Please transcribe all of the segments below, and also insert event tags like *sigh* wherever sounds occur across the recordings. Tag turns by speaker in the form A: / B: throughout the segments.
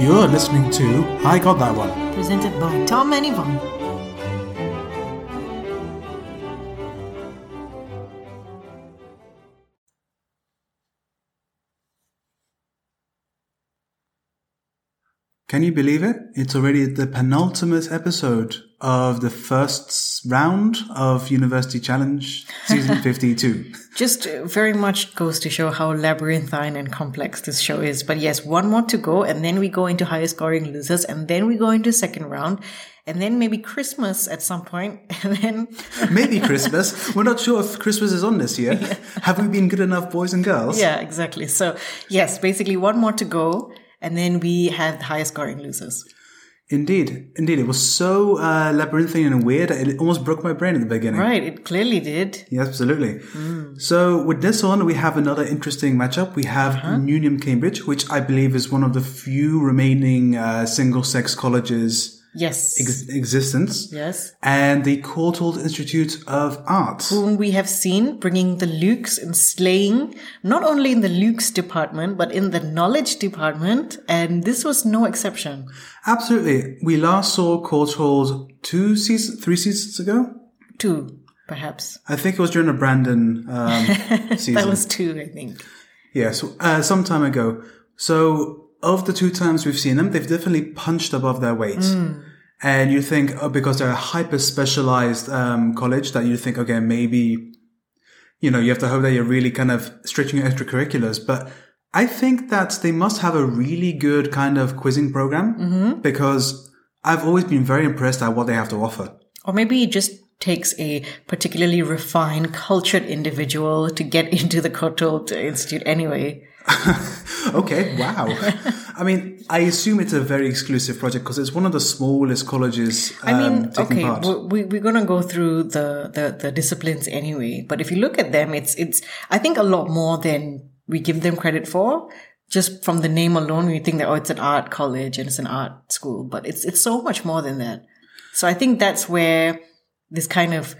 A: You're listening to I Got That One.
B: presented by Tom and Yvonne.
A: Can you believe it? It's already the penultimate episode of the first round of University Challenge season *laughs* 52.
B: Just uh, very much goes to show how labyrinthine and complex this show is. But yes, one more to go, and then we go into higher scoring losers, and then we go into second round, and then maybe Christmas at some point, *laughs* and then
A: Maybe Christmas. We're not sure if Christmas is on this *laughs* year. Have we been good enough, boys and girls?
B: yeah, exactly. So yes, basically one more to go, and then we have the higher scoring losers.
A: Indeed, indeed. It was so uh, labyrinthine and weird. It almost broke my brain at the beginning.
B: Right? It clearly did.
A: Yeah, absolutely. So with this one, we have another interesting matchup. We have Newnham Cambridge, which I believe is one of the few remaining uh, single-sex colleges
B: Yes.
A: ex- existence,
B: yes.
A: and the Courtauld Institute of Art.
B: whom we have seen bringing the Lukes and slaying, not only in the Lukes department, but in the knowledge department. And this was no exception.
A: Absolutely. We last saw Courtauld two seasons, three seasons ago.
B: Two, perhaps.
A: I think it was during the Brandon um, season.
B: That was two, I think.
A: Yes, uh, some time ago. So, of the two times we've seen them, they've definitely punched above their weight. And you think, oh, because they're a hyper specialized um, college, that you think, okay, maybe, you know, you have to hope that you're really kind of stretching your extracurriculars. But I think that they must have a really good kind of quizzing program because I've always been very impressed at what they have to offer.
B: Or maybe it just takes a particularly refined, cultured individual to get *laughs* into the Courtauld Institute anyway.
A: Okay,
B: *laughs*
A: wow. I mean, I assume it's a very exclusive project because it's one of the smallest colleges um,
B: I mean,
A: taking
B: okay,
A: part.
B: we- we, we're gonna go through the, the the disciplines anyway. But if you look at them, it's it's I think a lot more than we give them credit for. Just from the name alone, we think that oh, it's an art college and it's an art school, but it's it's so much more than that. So I think that's where this kind of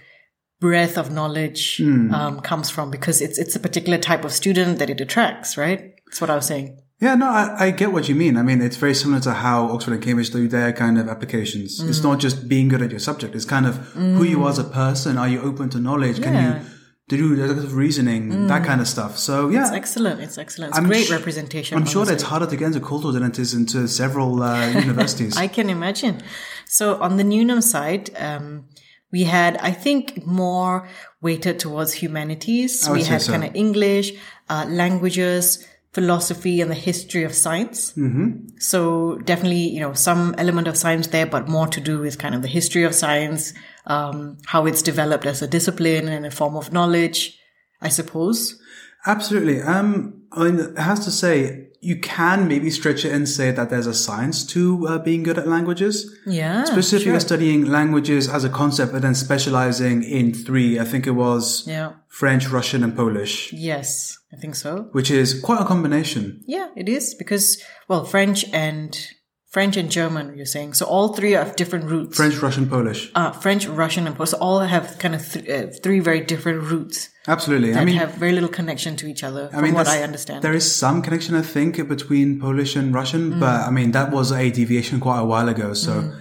B: breadth of knowledge
A: Hmm.
B: um, comes from because it's it's a particular type of student that it attracts, right? That's what I was saying.
A: Yeah, no, I, I get what you mean. I mean, it's very similar to how Oxford and Cambridge do their kind of applications.
B: Mm.
A: It's not just being good at your subject. It's kind of who you are as a person. Are you open to knowledge? Can you do deductive reasoning? That kind of stuff. So yeah,
B: Mm. It's excellent. It's excellent. It's
A: I'm
B: great
A: sh-
B: representation.
A: I'm sure
B: honestly.
A: that's harder to get into Coulter than it is into several
B: *laughs*
A: uh, universities.
B: I can imagine. So on the Newnham side, um, we had, I think, more weighted towards humanities.
A: would
B: We
A: say
B: had
A: so.
B: kind of English, uh, languages, philosophy, and the history of science. Mm-hmm. So definitely, you know, some element of science there, but more to do with kind of the history of science, um, how it's developed as a discipline and a form of knowledge, I suppose.
A: Absolutely. Um, I mean, it has to say you can maybe stretch it and say that there's a science to uh, being good at languages.
B: Yeah.
A: Specifically, studying languages as a concept, but then specializing in three. I think it was
B: Yeah.
A: French, Russian, and Polish,
B: Yes, I think so.
A: which is quite a combination.
B: Yeah, it is because well, French and French and German. You're saying so all three are of different roots.
A: French, Russian, Polish.
B: uh, French, Russian, and Polish all have kind of th- uh, three very different roots
A: Absolutely. I
B: and
A: mean,
B: have very little connection to each other,
A: I mean,
B: from what
A: that's-
B: I understand. Mm.
A: There is some connection, I think, between Polish and Russian, but I mean, that was a deviation quite a while ago. So,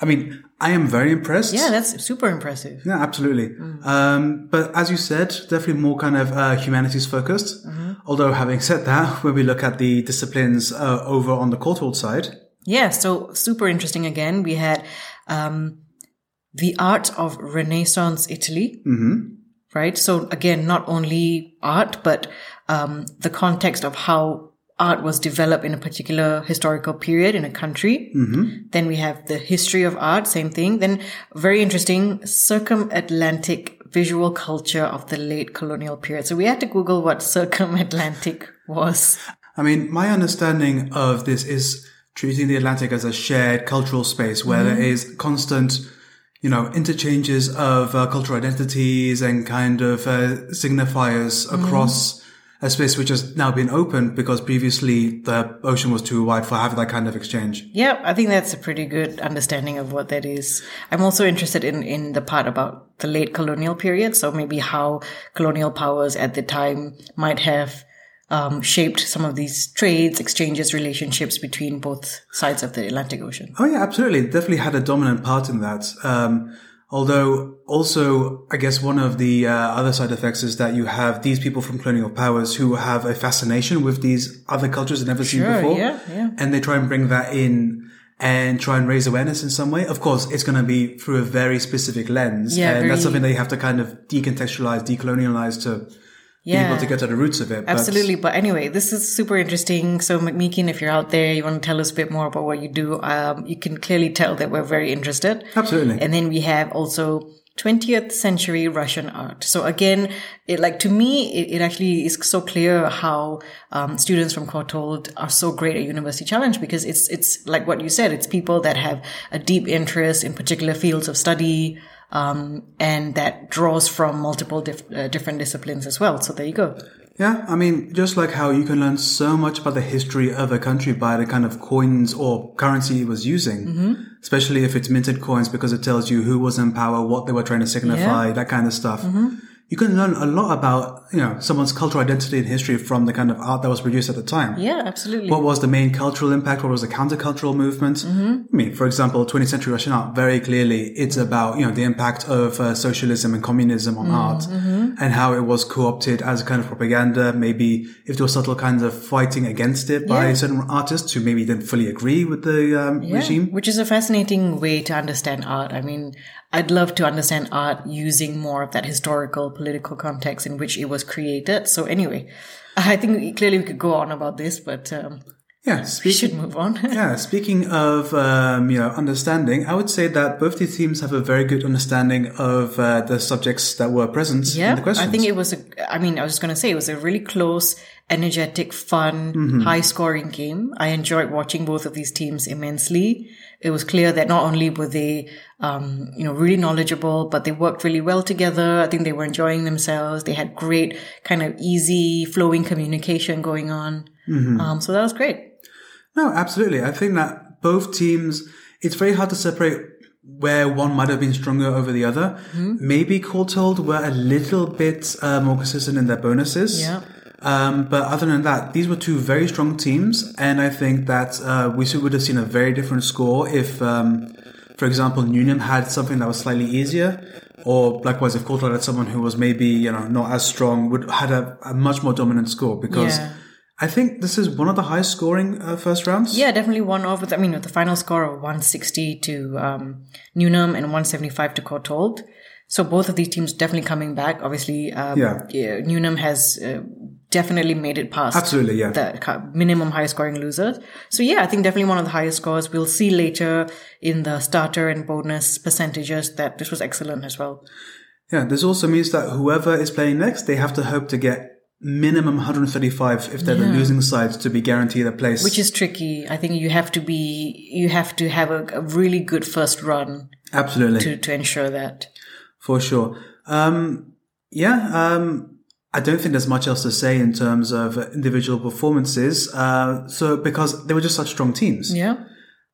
A: I mean, I am very impressed.
B: yeah, that's super impressive.
A: Yeah, absolutely. Um, but as you said, definitely more kind of uh, humanities focused. Although, having said that, *laughs* when we look at the disciplines uh, over on the Courtauld side,
B: Yeah, so super interesting. Again, we had um, the art of Renaissance Italy, mm-hmm. right? So again, not only art, but um, the context of how art was developed in a particular historical period in a country. Mm-hmm. Then we have the history of art, same thing. Then very interesting circumatlantic visual culture of the late colonial period. So we had to Google what *laughs* circumatlantic was.
A: I mean, my understanding of this is treating the Atlantic as a shared cultural space where there is constant, you know, interchanges of uh, cultural identities and kind of uh, signifiers across a space which has now been opened because previously the ocean was too wide for having that kind of exchange.
B: Yeah, I think that's a pretty good understanding of what that is. I'm also interested in, in the part about the late colonial period. So maybe how colonial powers at the time might have um, shaped some of these trades, exchanges, relationships between both sides of the Atlantic Ocean.
A: Oh yeah, absolutely. It definitely had a dominant part in that. Um, although also, I guess one of the uh, other side effects is that you have these people from colonial powers who have a fascination with these other cultures they've never seen
B: Sure,
A: before.
B: yeah, yeah.
A: And they try and bring that in and try and raise awareness in some way. Of course, it's going to be through a very specific lens.
B: Yeah,
A: and
B: very-
A: that's something that you have to kind of decontextualize, decolonialize to be
B: Yeah.
A: able to get to the roots of it. But-
B: Absolutely. But anyway, this is super interesting. So, McMeekin, if you're out there, you want to tell us a bit more about what you do, um, you can clearly tell that we're very interested.
A: Absolutely.
B: And then we have also 20th century Russian art. So again, it like to me, it, it actually is so clear how um, students from Courtauld are so great at University Challenge because it's it's like what you said, it's people that have a deep interest in particular fields of study. Um, and that draws from multiple dif- uh, different disciplines as well. So there you go.
A: Yeah, I mean, just like how you can learn so much about the history of a country by the kind of coins or currency it was using, especially if it's minted coins because it tells you who was in power, what they were trying to signify, that kind of stuff. You can learn a lot about, you know, someone's cultural identity and history from the kind of art that was produced at the time.
B: Yeah, absolutely.
A: What was the main cultural impact? What was the countercultural movement?
B: Mm-hmm.
A: I mean, for example, 20th century Russian art, very clearly, it's about, you know, the impact of uh, socialism and communism
B: Mm-hmm.
A: on art and how it was co-opted as a kind of propaganda. Maybe if there was subtle kinds of fighting against it by
B: Yeah.
A: certain artists who maybe didn't fully agree with the um,
B: Yeah,
A: regime.
B: Which is a fascinating way to understand art. I mean, I'd love to understand art using more of that historical political context in which it was created. So anyway, *laughs* I think clearly we could go on about this, but um,
A: Yeah.
B: we
A: Speaking,
B: should move on. *laughs*
A: yeah. Speaking of, um, you know, understanding, I would say that both these teams have a very good understanding of uh, the subjects that were present in the
B: Yeah, I
A: questions.
B: think it was a. I mean, I was just going to say it was a really close, energetic, fun,
A: Mm-hmm.
B: high-scoring game. I enjoyed watching both of these teams immensely. It was clear that not only were they, um, you know, really knowledgeable, but they worked really well together. I think they were enjoying themselves. They had great, kind of easy, flowing communication going on.
A: Mm-hmm.
B: Um, so that was great.
A: No, absolutely. I think that both teams, it's very hard to separate where one might have been stronger over the other. Maybe Courtauld were a little bit uh, more consistent in their bonuses.
B: Yeah.
A: Um, but other than that, these were two very strong teams, and I think that uh, we should- would have seen a very different score if, um, for example, Newnham had something that was slightly easier, or likewise if Courtauld had someone who was maybe you know not as strong would had a, a much more dominant score because.
B: Yeah.
A: I think this is one of the highest scoring uh, first rounds.
B: Yeah, definitely one over. The, I mean, with the final score of 160 to um, Newnham and 175 to Courtauld. So both of these teams definitely coming back. Obviously, um,
A: Yeah.
B: Newnham has uh, definitely made it past
A: Absolutely, yeah.
B: the ca- minimum high scoring losers. So yeah, I think definitely one of the highest scores. We'll see later in the starter and bonus percentages that this was excellent as well.
A: yeah, this also means that whoever is playing next, they have to hope to get minimum 135 if they're the losing side to be guaranteed a place.
B: Which is tricky. I think you have to be, you have to have a, a really good first run
A: Absolutely,
B: to, to ensure that.
A: for sure. Um, yeah, um, I don't think there's much else to say in terms of individual performances. Uh, so, because they were just such strong teams.
B: Yeah.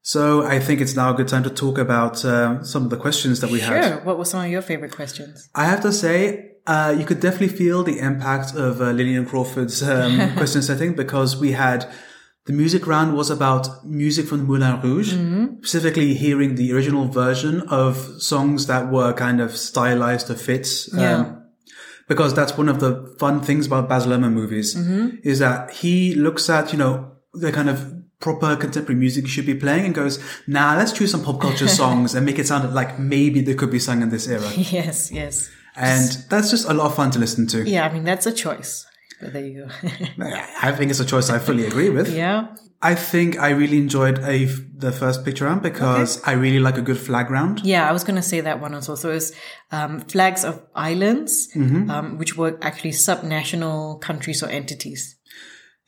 A: So, I think it's now a good time to talk about uh, some of the questions that we had.
B: Sure. What were some of your favorite questions?
A: I have to say, uh, you could definitely feel the impact of uh, Lillian Crawford's um, question setting because we had the music round was about music from the Moulin Rouge, specifically hearing the original version of songs that were kind of stylized to fit. um,
B: Yeah.
A: because that's one of the fun things about Baz Luhrmann movies is that he looks at you know the kind of proper contemporary music you should be playing and goes, nah, let's choose some pop culture songs and make it sound like maybe they could be sung in this era.
B: *laughs* Yes, yes.
A: And that's just a lot of fun to listen to.
B: Yeah, I mean that's a choice. But there you go. *laughs*
A: I think it's a choice I fully agree with.
B: yeah.
A: I think I really enjoyed a, the first picture round because I really like a good flag round.
B: Yeah, I was going to say that one also. So it's um, flags of islands, um, which were actually subnational countries or entities.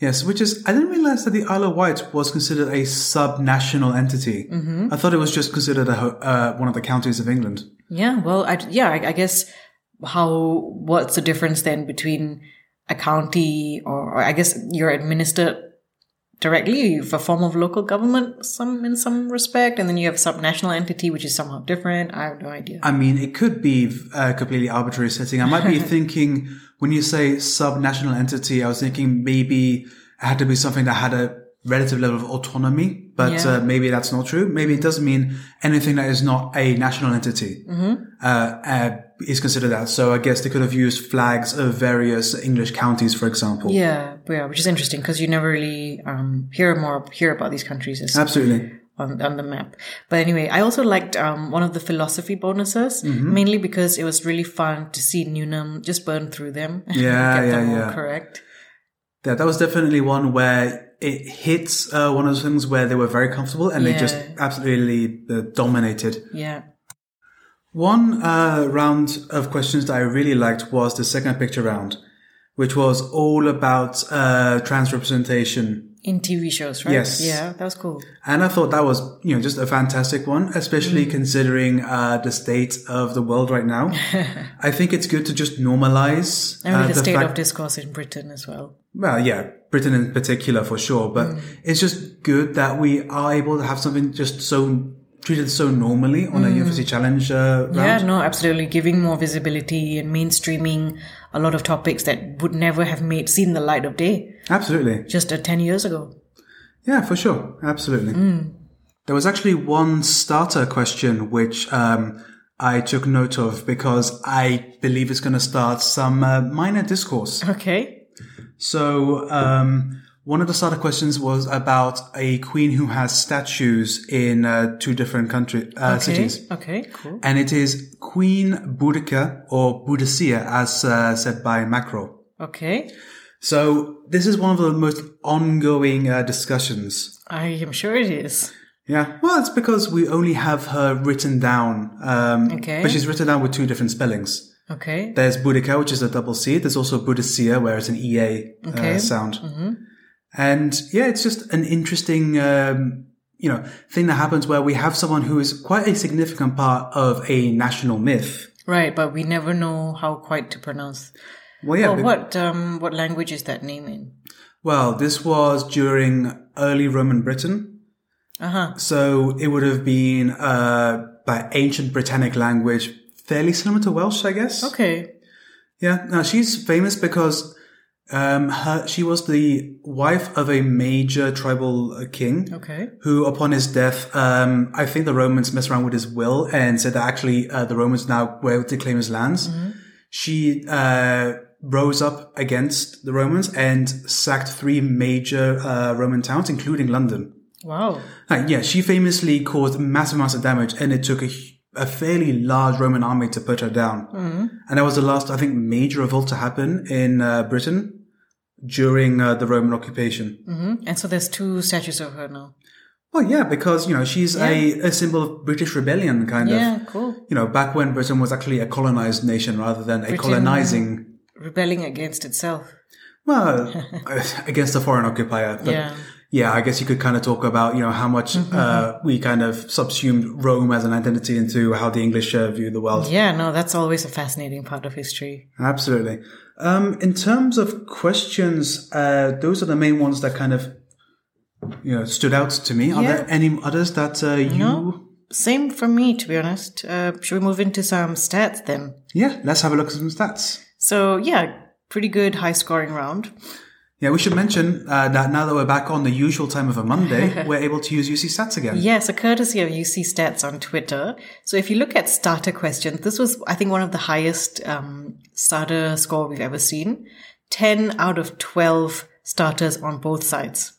A: Yes, which is, I didn't realize that the Isle of Wight was considered a sub-national entity.
B: Mm-hmm.
A: I thought it was just considered a, ho- uh, one of the counties of England.
B: Yeah. Well, I, yeah, I, I guess how what's the difference then between a county or, or I guess you're administered directly you have a form of local government some in some respect and then you have subnational entity which is somehow different i have no idea
A: uh,
B: *laughs*
A: I mean, it could be a completely arbitrary setting. I might be thinking when you say subnational entity, I was thinking maybe it had to be something that had a relative level of autonomy, but
B: Yeah.
A: uh, maybe that's not true. Maybe it doesn't mean anything that is not a national entity
B: Mm-hmm.
A: uh, uh, is considered that. So I guess they could have used flags of various English counties, for example.
B: Yeah, yeah, which is interesting because you never really um, hear more hear about these countries
A: Ah.
B: as
A: Absolutely.
B: on, on the map. But anyway, I also liked um, one of the philosophy bonuses,
A: Mm-hmm.
B: mainly because it was really fun to see Newnham just burn through them. *laughs* and
A: Yeah,
B: get them
A: yeah,
B: all
A: yeah.
B: correct.
A: Yeah, that was definitely one where it hits uh, one of those things where they were very comfortable and they just
B: Yeah.
A: absolutely uh, dominated.
B: Yeah.
A: One uh, round of questions that I really liked was the second picture round, which was all about uh, trans representation.
B: In TV shows, right?
A: Yes.
B: Yeah, that was cool.
A: And I thought that was, you know, just a fantastic one, especially
B: Mm.
A: considering uh, the state of the world right
B: *laughs*
A: now. I think it's good to just normalize
B: And
A: uh,
B: with the,
A: the
B: state
A: fact
B: of discourse in Britain as well.
A: well, yeah, Britain in particular for sure, but
B: Mm.
A: it's just good that we are able to have something just so treated so normally on a University Challenge uh, round.
B: Mm. Yeah, no, absolutely. Giving more visibility and mainstreaming a lot of topics that would never have made seen the light of day
A: Absolutely.
B: just uh, 10 years ago. *laughs*
A: Yeah, for sure. Absolutely. There was actually one starter question which um, I took note of because I believe it's going to start some uh, minor discourse.
B: Okay.
A: So, um, one of the starter questions was about a queen who has statues in uh, two different country uh,
B: Okay.
A: cities.
B: Okay, cool.
A: and it is Queen Boudicca or Boudicca as uh, said by Macro.
B: Okay.
A: So this is one of the most ongoing uh, discussions.
B: I am sure it is.
A: Yeah, well, it's because we only have her written down, um,
B: Okay.
A: but she's written down with two different spellings.
B: Okay.
A: There's Boudicca, which is a double C. There's also Boudicca, where it's an EA
B: Okay. Mm-hmm.
A: uh, sound. And yeah, it's just an interesting, um, you know, thing that happens where we have someone who is quite a significant part of a national myth.
B: Right, but we never know how quite to pronounce.
A: Well, yeah,
B: Well,
A: be-
B: what um, what language is that name in?
A: Well, this was during early Roman Britain.
B: Uh huh.
A: So it would have been uh, by ancient Britannic language, fairly similar to Welsh, I guess.
B: Okay.
A: Yeah. Now she's famous because um, her, she was the wife of a major tribal uh, king
B: Okay.
A: who, upon his death, um, I think the Romans messed around with his will and said that actually uh, the Romans now were able to claim his lands. She uh, rose up against the Romans and sacked three major uh, Roman towns, including London.
B: Wow.
A: Like, yeah, she famously caused massive amounts of damage, and it took a, hu- a fairly large Roman army to put her down. And that was the last, I think, major revolt to happen in uh, Britain during uh, the Roman occupation.
B: hmm And so there's two statues of her now.
A: Well, yeah, because you know she's a, a symbol of British rebellion, kind of.
B: Yeah. Cool.
A: You know, back when Britain was actually a colonized nation rather than a colonizing.
B: Rebelling against itself. *laughs*
A: Well, uh, against a foreign occupier. But
B: Yeah. Mm-hmm.
A: yeah, I guess you could kind of talk about you know how much uh, we kind of subsumed Rome as an identity into how the English uh, view the world.
B: Yeah. No, that's always a fascinating part of history.
A: Absolutely. Um, in terms of questions, uh, those are the main ones that kind of you know stood out to me. Are
B: Yeah.
A: there any others that uh, you?
B: Same for me, to be honest. Uh, should we move into some stats then?
A: Yeah, let's have a look at some stats.
B: So yeah, pretty good high scoring round.
A: Yeah, we should mention uh, that now that we're back on the usual time of a
B: *laughs*
A: Monday, we're able to use UC Stats again.
B: Yes, a courtesy of UC Stats on Twitter. So if you look at starter questions, this was, I think, one of the highest um, starter score we've ever seen. 10 out of 12 starters on both sides.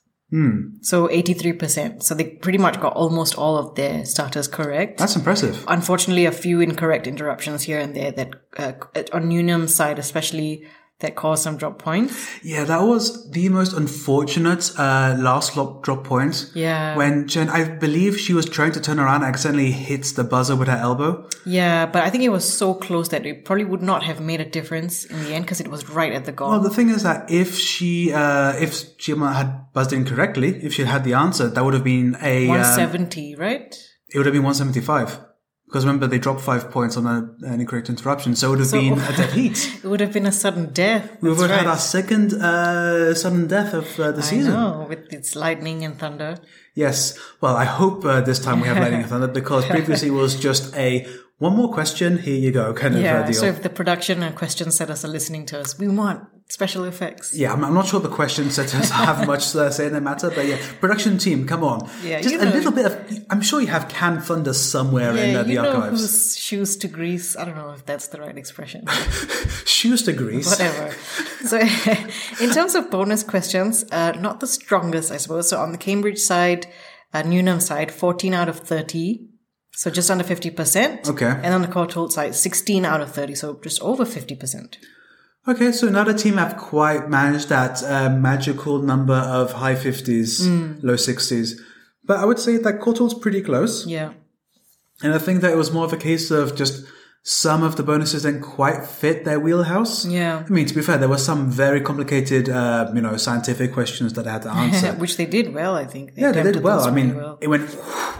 B: So 83%. So they pretty much got almost all of their starters correct.
A: That's impressive.
B: Unfortunately, a few incorrect interruptions here and there that, uh, on Newnham's side especially, that caused some drop points.
A: Yeah, that was the most unfortunate uh, last lop drop point.
B: Yeah.
A: When Jen, I believe she was trying to turn around, and accidentally hits the buzzer with her elbow.
B: Yeah, but I think it was so close that it probably would not have made a difference in the end because it was right at the goal.
A: Well, the thing is that if she, uh, if she had buzzed in correctly, if she had the answer, that would have been a, uh,
B: 170, right?
A: it would have been 175. Because remember, they dropped five points on a, an incorrect interruption, so it would have been
B: *laughs*
A: a dead heat.
B: It would have been a sudden death.
A: We've
B: That's
A: already had
B: right.
A: our second uh, sudden death of uh, the
B: I
A: season.
B: know, with its lightning and thunder. *laughs*
A: Yes. Well, I hope uh, this time we have lightning and thunder because previously it was just a one more question, here you go, kind of uh,
B: Yeah.
A: deal.
B: So if the production and question setters are listening to us, we want special effects.
A: yeah, I'm, I'm not sure the question setters
B: *laughs*
A: have much uh, say in the matter, but yeah, production team, come on.
B: Yeah,
A: Just
B: you
A: a
B: know-
A: little bit of, I'm sure you have Can Thunder somewhere in uh,
B: Yeah,
A: the
B: you know
A: archives.
B: whose shoes to grease. I don't know if that's the
A: *laughs*
B: right expression.
A: Shoes to grease.
B: Whatever. So, *laughs* in terms of bonus questions, uh, not the strongest, I suppose. So, on the Cambridge side, uh, Newnham side, 14 out of 30. So, just under 50%.
A: Okay.
B: And on the Courtauld side, 16 out of 30. So, just over 50%.
A: Okay, so another team have quite managed that uh, magical number of high 50s,
B: Hmm.
A: low 60s. But I would say that Courtault's pretty close.
B: Yeah.
A: And I think that it was more of a case of just some of the bonuses didn't quite fit their wheelhouse.
B: Yeah.
A: I mean, to be fair, there were some very complicated, uh, you know, scientific questions that I had to
B: *laughs*
A: answer.
B: Which they did well, I think.
A: Yeah, they did
B: attempted
A: well.
B: those
A: I
B: pretty
A: mean, it went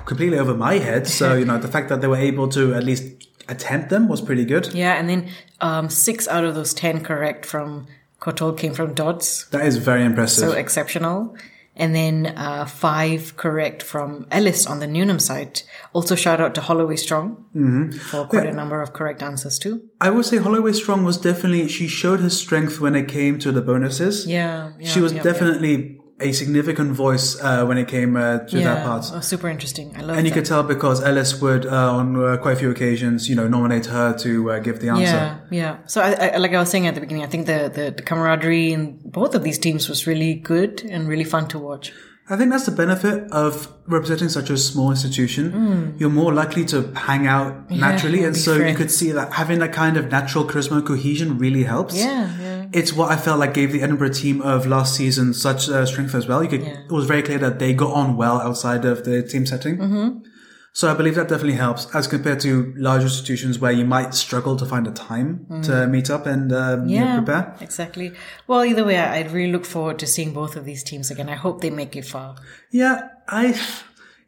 A: completely over my head. So, you know, the fact that they were able to at least attempt them was pretty good.
B: yeah, and then um, six out of those 10 correct from Courtauld came from Dodds.
A: That is very impressive.
B: so exceptional. And then uh, five correct from Ellis on the Newnham site. Also, shout out to Holloway Strong
A: Mm-hmm.
B: for quite a number of correct answers too.
A: I would say Holloway Strong was definitely, she showed her strength when it came to the bonuses.
B: Yeah, yeah,
A: she was
B: yeah,
A: definitely a significant voice uh, when it came uh, to
B: yeah.
A: that part.
B: Oh, super interesting. I love
A: And you
B: that.
A: could tell because Ellis would, uh, on uh, quite a few occasions, you know, nominate her to uh, give the answer.
B: yeah, yeah. So, I, I, like I was saying at the beginning, I think the, the, the camaraderie in both of these teams was really good and really fun to watch.
A: I think that's the benefit of representing such a small institution. You're more likely to hang out naturally, and
B: Hmm. be
A: so you
B: friends.
A: could see that having that kind of natural charisma cohesion really helps.
B: Yeah, yeah.
A: It's what I felt like gave the Edinburgh team of last season such uh, strength as well. You could, It was very clear that they got on well outside of the team setting.
B: Mm-hmm.
A: So I believe that definitely helps as compared to large institutions where you might struggle to find a time to meet up and um, you know,
B: Mm. Yeah,
A: prepare.
B: exactly. Well, either way, I, I really look forward to seeing both of these teams again. I hope they make it far.
A: Yeah, I.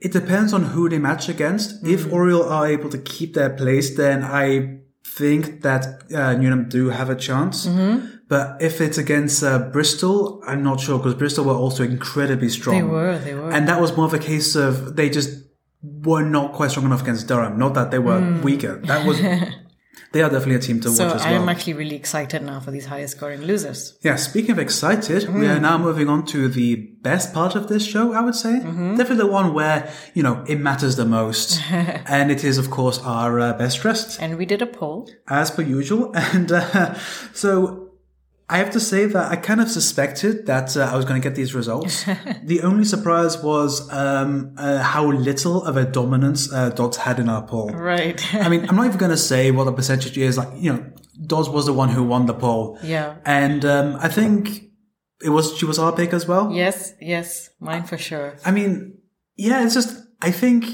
A: It depends on who they match against.
B: Mm.
A: If Oriole are able to keep their place, then I think that uh, Newnham do have a chance.
B: Mm-hmm.
A: But if it's against uh, Bristol, I'm not sure because Bristol were also incredibly strong.
B: They were, they were.
A: and that was more of a case of they just were not quite strong enough against Durham. Not that they were weaker. That
B: *laughs*
A: was. they are definitely a team to
B: Mm. so,
A: watch as well.
B: I'm actually really excited now for these higher scoring losers.
A: Yeah, speaking of excited, we are now moving on to the best part of this show, I would say. Definitely the one where, you know, it matters the most. and it is, of course, our uh, best dressed,
B: And we did a poll.
A: as per usual. *laughs* And uh, so I have to say that I kind of suspected that uh, I was going to get these results. the only surprise was um, uh, how little of a dominance uh, Dodds had in our poll.
B: Right.
A: I mean, I'm not even going to say what the percentage is. Like, you know, Dodds was the one who won the poll.
B: *laughs* Yeah.
A: And um, I think it was she was our pick as well.
B: yes, yes, mine for sure.
A: I mean, yeah, it's just I think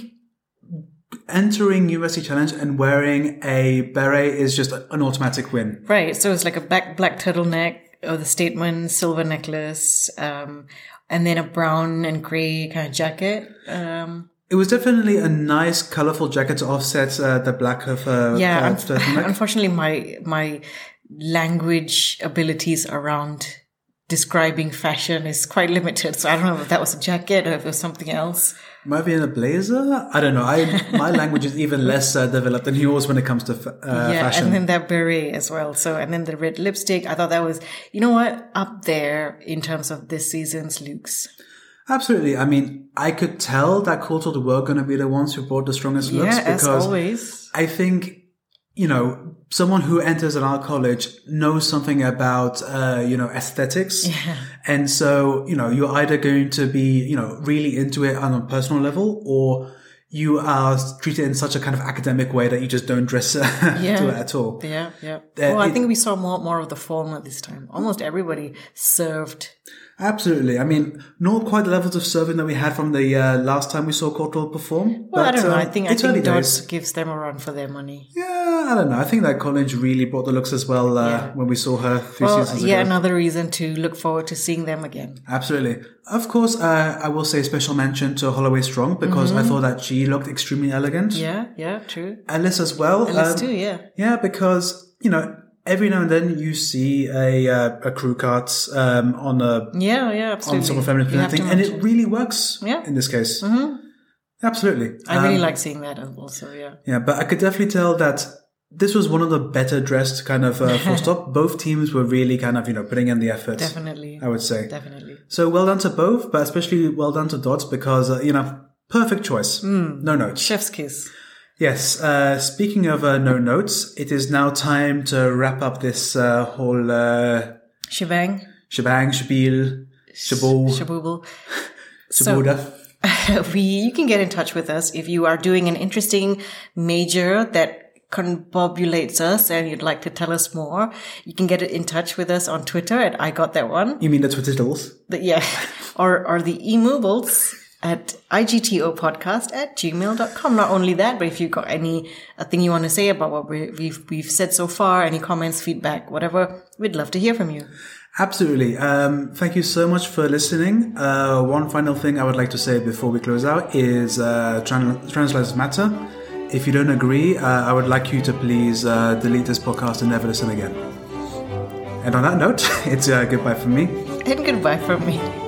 A: entering USC Challenge and wearing a beret is just an automatic win.
B: Right. So it's like a black, black turtleneck or the statement, silver necklace, um, and then a brown and gray kind of jacket. Um,
A: It was definitely a nice, colorful jacket to offset uh, the black of uh,
B: yeah.
A: uh,
B: un- *laughs*
A: turtleneck.
B: unfortunately, my, my language abilities around describing fashion is quite limited. So I don't know if that was a jacket or if it was something else.
A: Might be in a blazer. I don't know. I my language is even less uh, developed than yours when it comes to fa- uh,
B: yeah,
A: fashion.
B: and then that beret as well. So, and then the red lipstick. I thought that was, you know what, up there in terms of this season's looks.
A: Absolutely. I mean, I could tell that Coulthard were going to be the ones who brought the strongest looks
B: yeah, as
A: because
B: always.
A: I think, you know, someone who enters an art college knows something about, uh, you know,
B: *laughs*
A: aesthetics. And so, you know, you're either going to be, you know, really into it on a personal level or you are treated in such a kind of academic way that you just don't dress *laughs* uh, to it at all.
B: Yeah, yeah. well, I
A: it-
B: think we saw more more of the former this time. Almost everybody served.
A: Absolutely. I mean, not quite the levels of serving that we had from the uh, last time we saw Courtauld perform.
B: Well, I
A: but,
B: don't know.
A: um,
B: I think I
A: it's early
B: think
A: days.
B: Dodds gives them a run for their money.
A: Yeah, I don't know. I think that college really brought the looks as well uh, when we saw her three
B: Well,
A: seasons
B: Oh, yeah,
A: ago.
B: another reason to look forward to seeing them again.
A: Absolutely. Of course, uh, I will say special mention to Holloway Strong because I thought that she looked extremely elegant.
B: Mm-hmm. Yeah, yeah, true.
A: Alice as well.
B: Let's
A: um,
B: do, yeah.
A: Yeah, because, you know, every now and then you see a, uh, a crew cart um, on a
B: Yeah, yeah, absolutely.
A: on some feminine
B: You have to
A: presenting, and
B: mention-
A: it really works
B: Yeah. Mm-hmm.
A: in this case. Absolutely. Uh,
B: I really like seeing that also, yeah.
A: Yeah, but I could definitely tell that this was one of the better dressed kind of uh,
B: *laughs*
A: full stop. Both teams were really kind of, you know, putting in the effort.
B: Definitely.
A: I would say.
B: Definitely.
A: So well done to both, but especially well done to Dot because, uh, you know, perfect choice. No notes.
B: Chef's kiss.
A: Yes. Uh, speaking of uh, no notes, it is now time to wrap up this uh, whole uh,
B: Shebang.
A: shebang, spiel, shabool,
B: Shabooble. *laughs*
A: shabuda.
B: we you can get in touch with us if you are doing an interesting major that confabulates us and you'd like to tell us more you can get in touch with us on twitter at i got that one
A: you mean the twittles?
B: The- yeah *laughs* or or the emovables at igto podcast at gmail.com not only that but if you've got any a thing you want to say about what we, we've we've said so far any comments feedback whatever we'd love to hear from you
A: Absolutely. Um, thank you so much for listening. Uh, one final thing I would like to say before we close out is uh, tran- trans lives matter. If you don't agree, uh, I would like you to please uh, delete this podcast and *laughs* never listen again. And on that note, it's uh, goodbye from me.
B: and goodbye from me